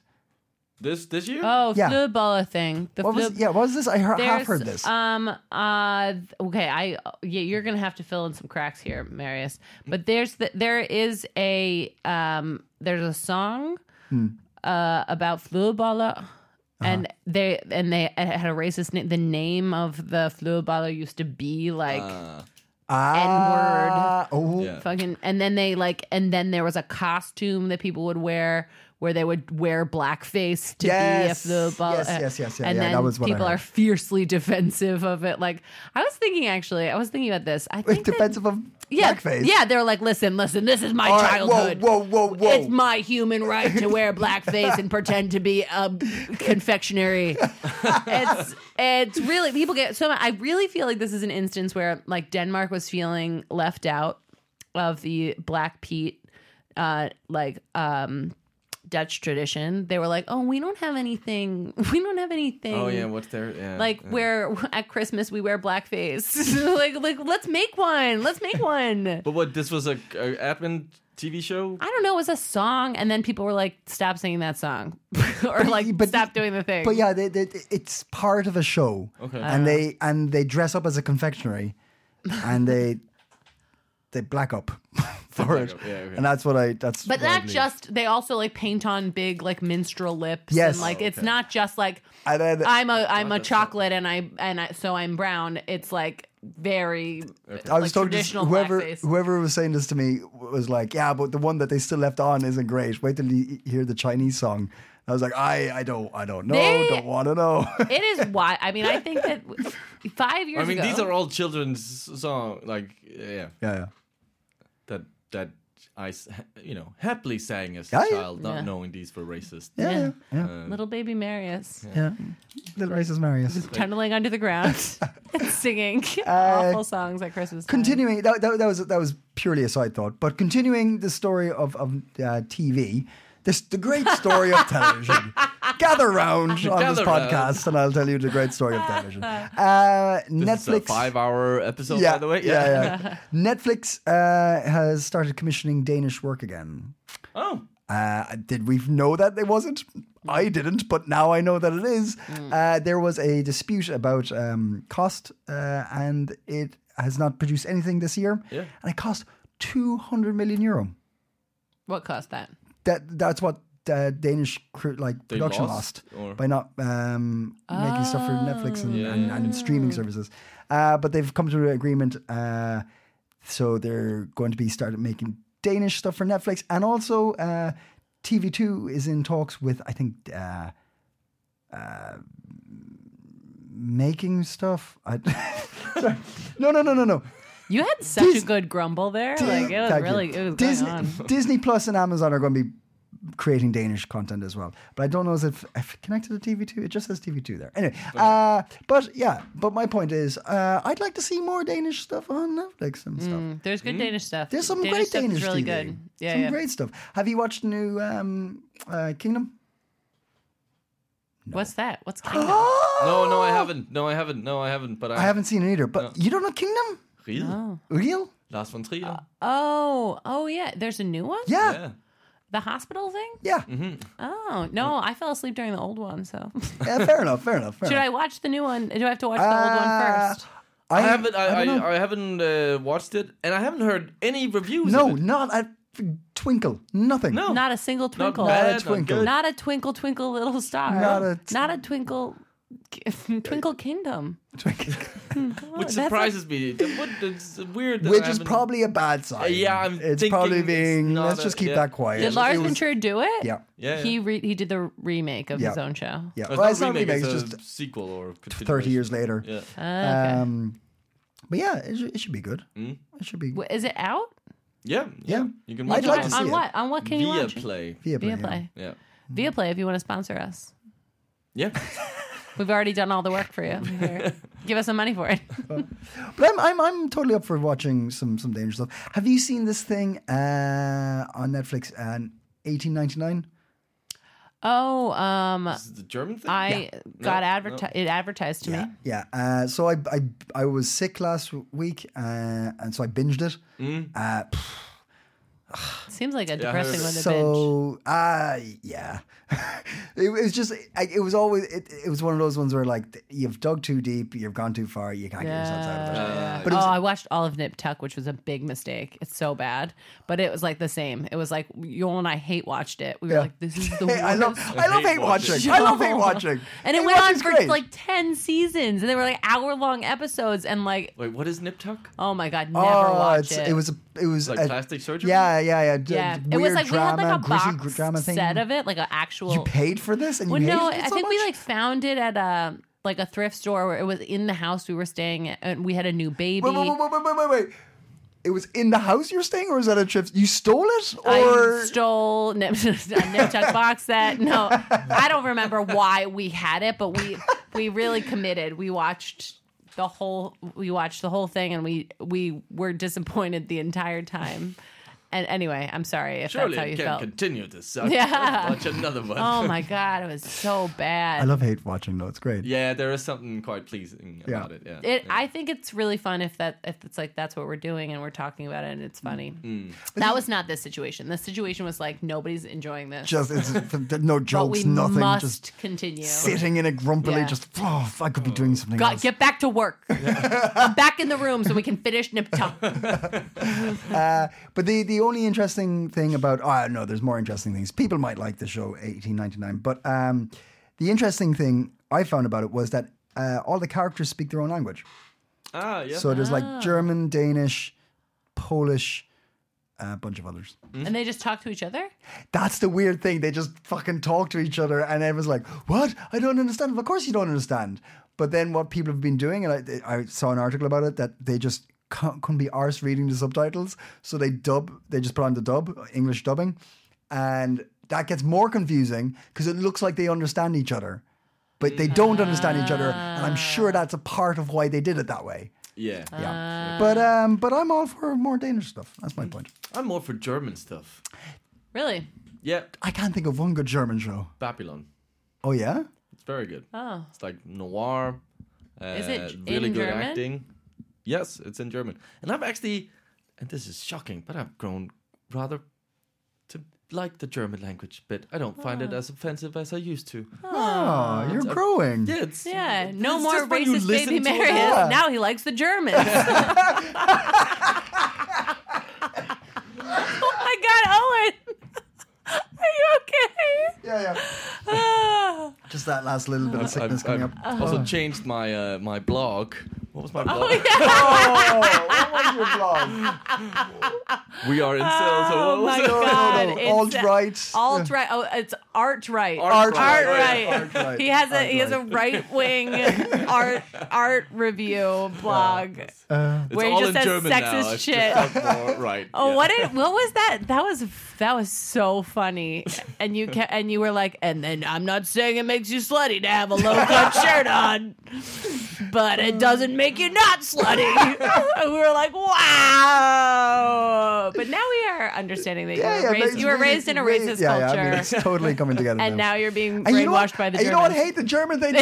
This this year?
Oh,
Yeah.
flu Ebola thing. The
What
flu-
was yeah? What was this? I heard, half
There's,
heard this.
Um. Uh. th- Okay. I. Yeah. You're gonna have to fill in some cracks here, Marius. But there's the, there is a um there's a song
Hmm.
uh about flu Ebola.
Uh-huh.
And they and they it had a racist name. The name of the flu Ebola used to be like
Uh,
ah, Oh,
Yeah.
fucking. And then they like and then there was a costume that people would wear where they would wear blackface to
Yes.
be a flu Ebola.
Yes, yes, yes, yeah,
eh. and
yeah,
then
that was what I
people
heard.
are fiercely defensive of it. Like I was thinking actually, I was thinking about this. I think that-
defensive of
yeah,
blackface.
Yeah, they're like, listen, listen, this is my
All right, whoa,
childhood.
whoa, whoa, whoa.
It's my human right to wear blackface and pretend to be a confectionery. it's it's really people get so I really feel like this is an instance where like Denmark was feeling left out of the black peat uh like um Dutch tradition. They were like, "Oh, we don't have anything. We don't have anything."
Oh
mm.
yeah, what's there? Yeah.
like
yeah.
where at Christmas we wear blackface. like like let's make one. Let's make one.
But what? This was a, a admin TV show.
I don't know. It was a song, and then people were like, "Stop singing that song," or like,
but-
"Stop doing the thing."
But yeah, they, they, it's part of a show,
Okay.
Ah.
and they and they dress up as a confectionery, and they they black up for it,
up, yeah, okay.
and that's what I that's.
But
what I
not
believe.
just they also like paint on big like minstrel lips.
Yes.
and, like
Oh,
it's not just like
And then-
I'm a I'm a chocolate and I and I, so I'm brown. It's like very
I was
like,
talking
traditional
to whoever
blackface.
whoever was saying this to me was like, yeah, but the one that they still left on isn't great. Wait till you hear the Chinese song. I was like, I I don't I don't know,
They-
don't want to know.
it is why I mean I think that w- five years
I mean,
ago
these are all children's song. Like yeah,
yeah, yeah.
that that I s- you know happily sang as
Yeah,
a
yeah.
child, not
Yeah.
knowing these were racist.
Yeah,
Yeah.
yeah, yeah.
Uh.
little baby Marius
yeah. Little racist Marius.
tunneling under the ground and singing
Uh,
awful songs at Christmas. time.
continuing that, that, that was that was purely a side thought but continuing the story of, of uh, tv this the great story of television gather round on this
Gather round.
podcast and i'll tell you the great story of television uh,
This is a
netflix
five-hour episode, by the way.
yeah, yeah. netflix uh, has started commissioning danish work again
Oh,
uh, did we know that it wasn't? I didn't, but now I know that it is. Uh, there was a dispute about um, cost, uh, and it has not produced anything this year.
Yeah.
And it cost 200 million euro.
What cost that?
That That's what uh, Danish cr- like
They
production lost,
lost, or-
by not um, making stuff for Netflix and, and, and streaming services. Uh, but they've come to an agreement, uh, so they're going to be started making Danish stuff for Netflix, and also uh, TV2 is in talks with I think uh, uh, making stuff. I, Sorry. no, no, no, no, no.
You had such
Dis-
a good grumble there. Like it was
Thank you.
really it was
Disney,
going on.
Disney Plus and Amazon are going to be creating Danish content as well. But I don't know if, if it connected to TV2. It just says TV2 there. Anyway, uh, but yeah, but my point is uh, I'd like to see more Danish stuff on Netflix and stuff.
There's good Danish stuff.
Hmm? There's some
Mm. Danish
great
stuff is
Danish
really
TV.
good. Yeah,
some
yeah.
great stuff. Have you watched the new um, uh, Kingdom?
What's that? What's
Ah.
Kingdom?
no, no, I haven't. No, I haven't. No, I haven't. But I,
I haven't seen it either. But you don't know Kingdom?
Really?
Real?
Lars von Trier.
Ah. oh, oh yeah. There's a new one.
Yeah. Yeah.
yeah. Mm-hmm.
The hospital thing.
Yeah,
Oh no, I fell asleep during the old one. So
fair enough, fair enough. Fair
should
enough.
I watch the new one? Do I have to watch the old
Uh,
one first?
I haven't. I, I,
don't know.
I, haven't uh, watched it, and I haven't heard any reviews.
No,
of it.
not a twinkle. Nothing.
no,
Not a single
Not
twinkle.
bad,
a
not
twinkle.
good.
Not a twinkle twinkle little star.
Not a t-
Not a twinkle. Twinkle Kingdom.
Twinkle.
which
that's a-
surprises me. That- what- It's weird. that I
Which is
haven't-
probably a bad sign.
Uh, Yeah, I'm
it's
thinking
probably
it's
being.
not
let's
a-
just keep
yeah.
that quiet.
Did Lars
It was-
Ventura do it?
Yeah,
Yeah, yeah.
He re- he did the remake of his
Yeah.
own show.
yeah.
It's
well,
not
it's not
remake,
remake. It's
it's a
just
sequel or
thirty
continuation.
years later.
Yeah.
Ah, Okay.
Um, but yeah, it, should- it should be good.
Hmm?
It should be.
Wh- Is it out?
Yeah,
Yeah.
yeah. You can
I'd
watch
like
it
to
on
see it.
what? On what Um, can you
via
watch?
play.
Via
Via
Play, yeah.
play.
Yeah,
Via play. If you want to sponsor us,
yeah.
we've already done all the work for you. Here. Give us some money for it.
But I'm, I'm I'm totally up for watching some some Danish stuff. Have you seen this thing uh, on Netflix? Uh, 1899.
Oh, um,
Is it the German thing.
I got advertised. It advertised to
Yeah,
me.
yeah. Uh, so I, I
Hmm?
I was sick last week, uh, and so I binged it. Uh, pff,
Seems like a depressing one to binge.
so uh yeah it was just I, it was always it, it was one of those ones where like you've dug too deep you've gone too far you can't get yourself out of it
Uh,
but it
oh,
was,
I watched all of Nip Tuck, which was a big mistake. It's so bad, but it was like the same. It was like Joel and I hate watched it. We were
Yeah.
like, "This is the
Hey,
worst."
I love I love hate watching. I love hate watching.
And it
Hate
went on
watching's
for
great.
like ten seasons, and they were like hour long episodes, and like,
Wait, what is nip tuck?
oh my god, never
oh,
watch
it's,
it.
it was a, it was
Like
a,
plastic surgery?
Yeah, yeah, yeah. d-
yeah,
weird
it was like
drama,
we had like a
gritty
box
gr- drama thing.
set of it, like an actual.
You paid for this, and
Well,
you
no,
hated it
I
so
think we
much?
like found it at a like a thrift store where it was in the house we were staying, at, and we had a new baby.
Wait, wait, wait, wait, wait, wait, wait. It was in the house you're staying, or was that a trip? You stole it, or
I stole Nip- a Niptuck box set. No, I don't remember why we had it, but we we really committed. We watched the whole we watched the whole thing, and we we were disappointed the entire time. And anyway, I'm sorry if
Surely
that's how
it
you
can
felt.
continue to suck.
Yeah.
Watch another one.
Oh my god, it was so bad.
I love hate watching though. It's great.
Yeah, there is something quite pleasing
Yeah.
about it. Yeah.
it, I think it's really fun if that if it's like that's what we're doing and we're talking about it and it's funny. That was not this situation. This situation was like nobody's enjoying this,
Just it's, no
but
jokes,
we
nothing.
must
Just
continue.
sitting in it grumpily.
Yeah.
Just oh, I could be doing something.
Got,
else.
get back to work. I'm back in the room so we can finish Nip Tuck.
But the, the only interesting thing about oh no, there's more interesting things. People might like the show 1899, but um, the interesting thing I found about it was that uh, all the characters speak their own language.
ah, yeah.
So there's like German, Danish, Polish, a bunch of others.
And they just talk to each other?
That's the weird thing. They just fucking talk to each other, and everyone's like, "What? I don't understand." Of course, you don't understand. But then what people have been doing, and I, I saw an article about it that they just can't, couldn't be arse reading the subtitles, so they dub. They just put on the dub, English dubbing, and that gets more confusing because it looks like they understand each other, but they don't understand each other, and I'm sure that's a part of why they did it that way.
yeah.
Uh.
Yeah, but um, but I'm all for more Danish stuff. That's my point.
I'm more for German stuff.
Really?
Yeah,
I can't think of one good German show.
Babylon.
Oh yeah.
It's very good.
Oh.
It's like noir. Uh,
Is it in
really good
German?
acting? Yes, it's in German. And I've actually, and this is shocking, but I've grown rather to like the German language a bit. I don't find
Oh.
it as offensive as I used to.
Oh, you're growing.
Yeah, it's
Yeah. No
it's
more
just when you
racist
listen
baby
to it.
Marius.
Yeah.
Now he likes the Germans. oh my God, Owen. Are you okay?
yeah, yeah.
Oh,
Just that last little bit of
I've,
sickness coming
I've
up.
Uh-huh.
also changed my uh, my blog. What was my blog?
Oh, what was your blog?
We are in sales.
Oh
what was it?
my
No, no,
God.
no.
it's-
Alt right.
Alt right. Oh, it's art right.
Art
art
right.
right.
Art-right.
He has a he has a right wing art art review blog
It's
where he
all
just
in
says
German now.
sexist
It's
shit.
just like more- right.
Oh,
yeah.
what did what was that? That was that was so funny. And you ca- and you were like, and then I'm not saying it makes you slutty to have a low cut shirt on, but it doesn't make you not slutty. and we were like, wow. But now we are understanding that you were, raised,
it's
you were
really-
raised in a
really-
racist
yeah,
culture,
Yeah, I mean, it's totally coming together.
and now you're being
And
brainwashed
you know what?
by the
and you know what?
Germans.
Hate the German thing.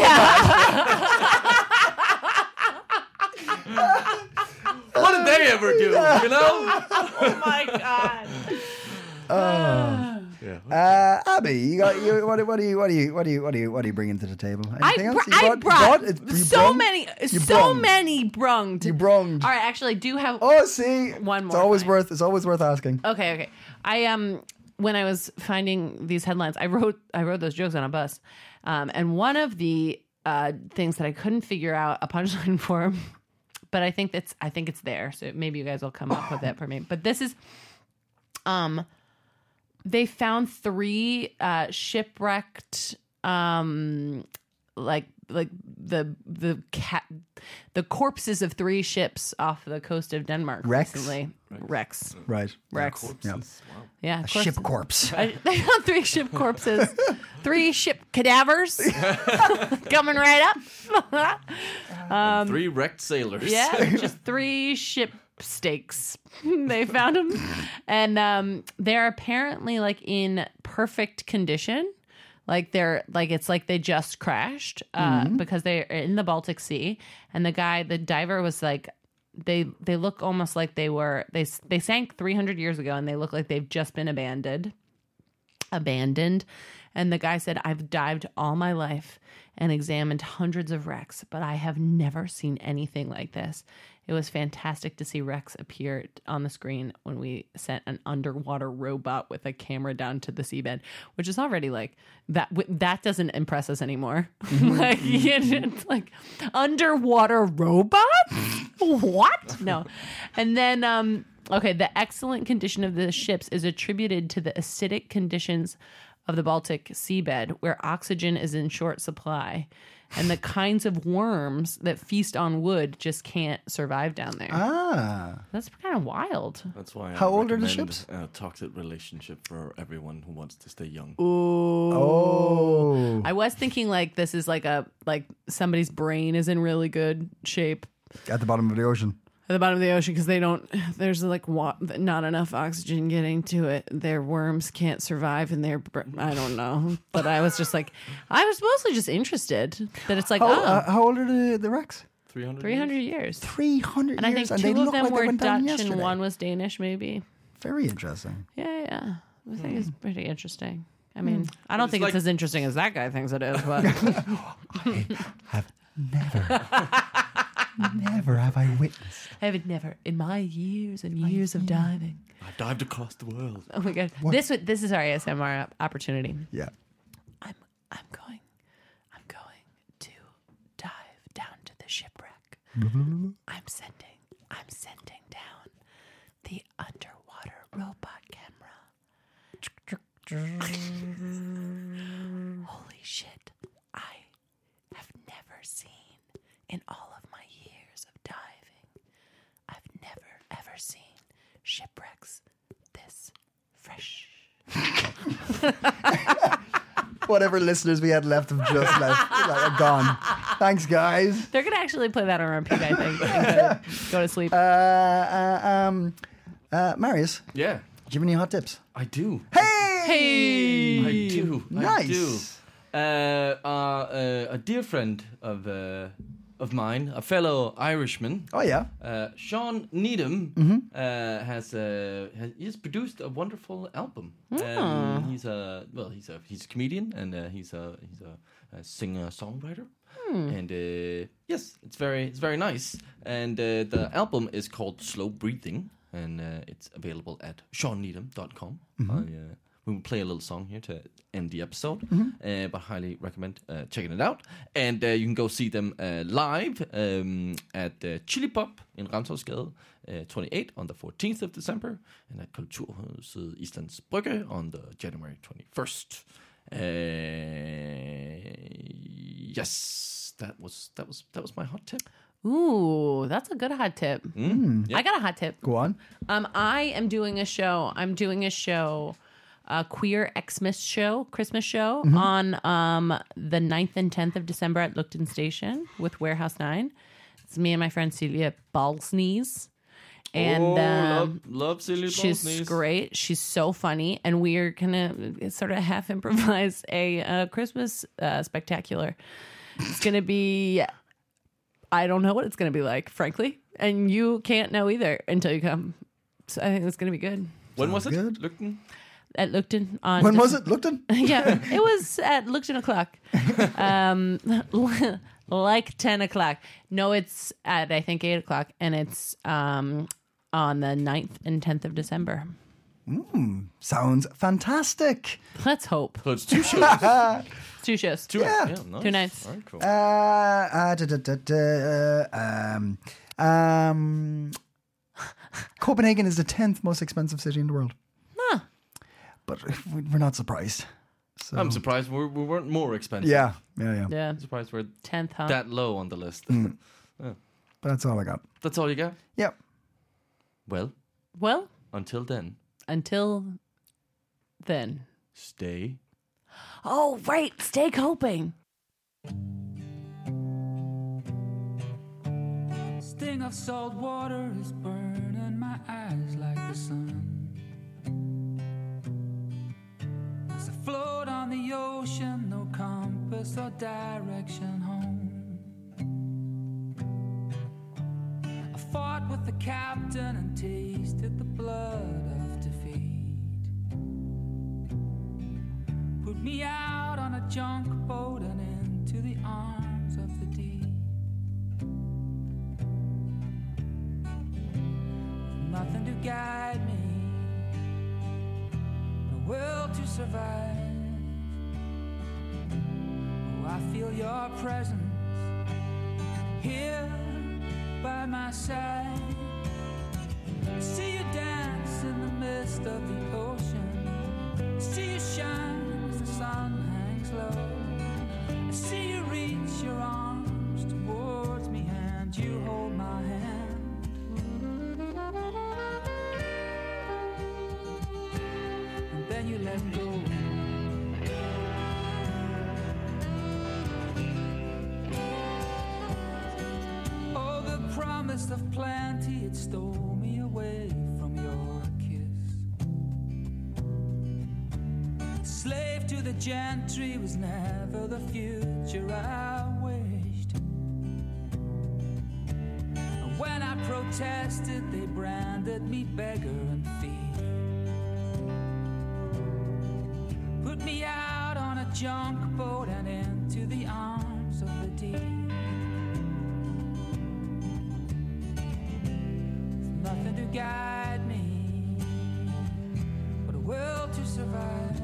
What did they ever do? You know?
oh my god.
Uh, Abby, you got you, what, what do you what do you what do you what do you what do you bring to the table?
I,
Anything
br-
else? You
I
you
brought,
It's- you
so
brung?
many,
You
so
brung.
many brunged.
You brunged.
All right, actually, I do have.
Oh, see,
One
It's
more Oh.
always
line.
worth. It's always worth asking.
Okay, okay. I um when I was finding these headlines, I wrote I wrote those jokes on a bus, um, and one of the uh, things that I couldn't figure out a punchline for, but I think that's I think it's there. So maybe you guys will come up with that for me. But this is, um, they found three uh, shipwrecked um like like the the cat the corpses of three ships off the coast of Denmark
Wrecks?
recently. Rex.
Right.
Rex.
Yeah.
Yeah,
A
corpse-
ship corpse.
I- They found three ship corpses, three ship cadavers coming right up.
Three wrecked sailors.
Um, yeah, just three ship stakes. they found them, and um, they're apparently like in perfect condition. Like they're like it's like they just crashed uh, because they're in the Baltic Sea, and the guy, the diver, was like they they look almost like they were they s- they sank 300 years ago and they look like they've just been abandoned abandoned and the guy said i've dived all my life and examined hundreds of wrecks but i have never seen anything like this it was fantastic to see wrecks appear on the screen when we sent an underwater robot with a camera down to the seabed which is already like that w- that doesn't impress us anymore like, it's like underwater robots what? No. And then, um, okay, the excellent condition of the ships is attributed to the acidic conditions of the Baltic seabed, where oxygen is in short supply, and the kinds of worms that feast on wood just can't survive down there.
Ah,
That's kind of wild.
That's why.
How
I
old are the
recommend,
ships?
Uh, toxic relationship for everyone who wants to stay young.
oh,
I was thinking like this is like a like somebody's brain is in really good shape
at the bottom of the ocean.
at the bottom of the ocean because they don't there's like wa- not enough oxygen getting to it their worms can't survive and their br- i don't know but i was just like i was mostly just interested that it's like
How,
oh,
uh, how old are the, the wrecks?
300?
300 years
Three hundred
and i think
years,
two
and they
of
look
them
like they
were
went down
dutch
yesterday.
and one was danish maybe
Very interesting.
yeah yeah i
Hmm.
think it's pretty interesting i mean i don't think
like-
it's as interesting as that guy thinks it is but
Have never, never have I witnessed.
i would never in my years and years of diving
I've dived across the world.
oh my god this would this is our asmr op- opportunity
Yeah.
I'm I'm going I'm going to dive down to the shipwreck. I'm sending I'm sending down the underwater robot camera. Holy shit. I have never seen in all of my years of diving. I've never ever seen shipwrecks this fresh.
Whatever listeners we had left have just left like, are gone. Thanks, guys.
They're gonna actually play that on repeat, I think. Go to- Go to sleep.
Uh, uh, um, uh, Marius,
Yeah,
do you have any hot tips?
I do.
hey,
I do. I do.
Nice.
Uh, uh, uh, a dear friend of uh, of mine, a fellow Irishman,
Oh yeah.
uh, Sean Needham, uh, has, uh, has he's produced a wonderful album. Um, he's a well, he's a he's a comedian and uh, he's a he's a, a singer songwriter. And uh, yes, it's very it's very nice. And uh, the album is called Slow Breathing, and uh, it's available at SeanNeedham.com. I, uh, we will play a little song here to end the episode,
Mm-hmm.
uh, but highly recommend uh, checking it out. And uh, you can go see them uh, live um, at uh, Chili Pop in Ramshavsgade uh, 28 on the 14th of December, and at Kulturhuset Islands Brygge on the January 21st. Uh, yes, that was that was that was my hot tip.
Ooh, that's a good hot tip. I got a hot tip.
Go on.
Um, I am doing a show. I'm doing a show, a queer Xmas show, Christmas show on um the 9th and 10th of December at Lookton Station with Warehouse 9. It's me and my friend Celia Ballsneeze. And
oh,
um,
love, love Celia
She's
Bosnies.
great. She's so funny, and we are gonna sort of half improvise a uh, Christmas uh, spectacular. It's gonna be, I don't know what it's gonna be like, frankly, and you can't know either until you come. So I think it's gonna be good.
When was it?
good.
Looking.
At Lookton on
When
Dece-
was it? Lookton?
yeah, it was at looked in o'clock, um, like ten o'clock. No, it's at I think eight o'clock, and it's um, on the 9th and tenth of December.
Sounds fantastic.
Let's hope
So Oh, it's two shows.
two shows,
two,
Yeah.
nice.
Two nights.
All right, cool.
Uh, uh, da, da, da, da, um, um, Copenhagen is the tenth most expensive city in the world.
Huh.
But we- we're not surprised. So
I'm surprised we're, we weren't more expensive.
yeah, yeah, yeah,
Yeah,
I'm surprised we're
tenth, huh?
that low on the list.
But that's all I got.
That's all you got.
Yep.
Well,
well,
until then,
until then.
stay.
Oh, right, stay coping.
Sting of salt water is burning my eyes like the sun. As I float on the ocean, no compass or direction home. I fought with the captain and tasted the blood of defeat. Put me out on a junk boat and into the arms of the deep. With nothing to guide me, no will to survive. Oh, I feel your presence here by my side. See you dance in the midst of the ocean. See you shine as the sun hangs low. I see you reach your arms towards me and you hold my hand. And then you let go. Oh, the promise of plenty, it stole me away from your kiss. Slave to the gentry was never the future I wished. And when I protested, they branded me beggar and thief. Put me out on a junk boat and into the arms of the deep. nothing to guide me, but a will to survive.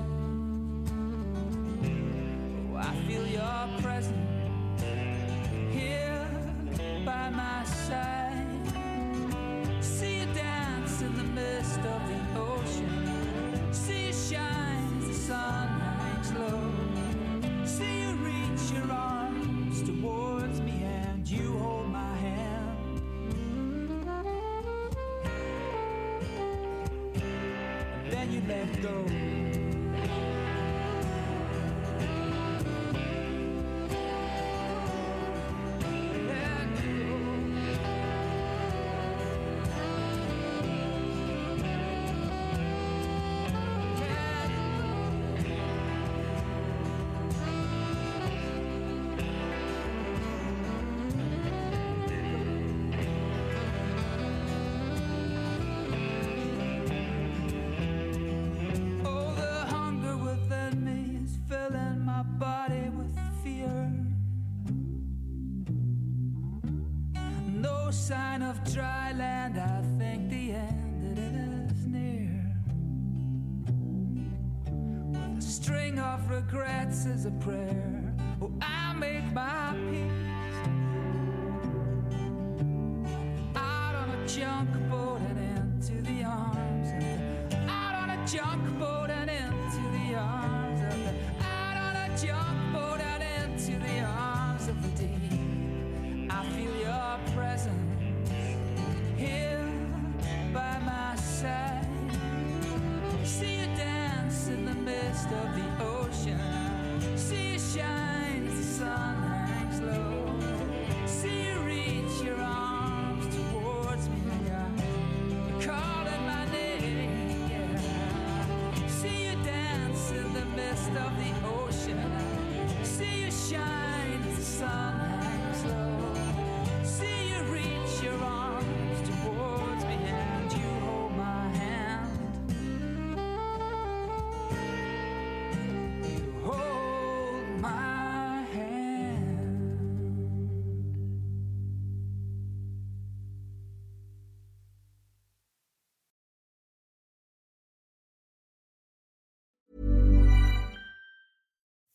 Oh, I feel your presence here by my side. See you dance in the midst of the ocean. See you shine as the sun hangs low. See you reach your arms towards me and you hold my hand. then you let go. Let go. Let go. Oh, the hunger within me is filling my body with fear. No sign of dry land, I think the end it is near. With a string of regrets is a prayer. Oh, I make my peace. Out on a junk boat and into the arms of the out on a junk boat and into the arms of the out on a junk boat and into the arms of the deep. I feel your presence here by my side. See you dance in the midst of the ocean. See you shine as the sun hangs low. See you reach your arms towards me. Calling my name, yeah. See you dance in the midst of the ocean. See you shine as the sun hangs low. See you reach your arms towards me and you hold my hand. You hold my hand.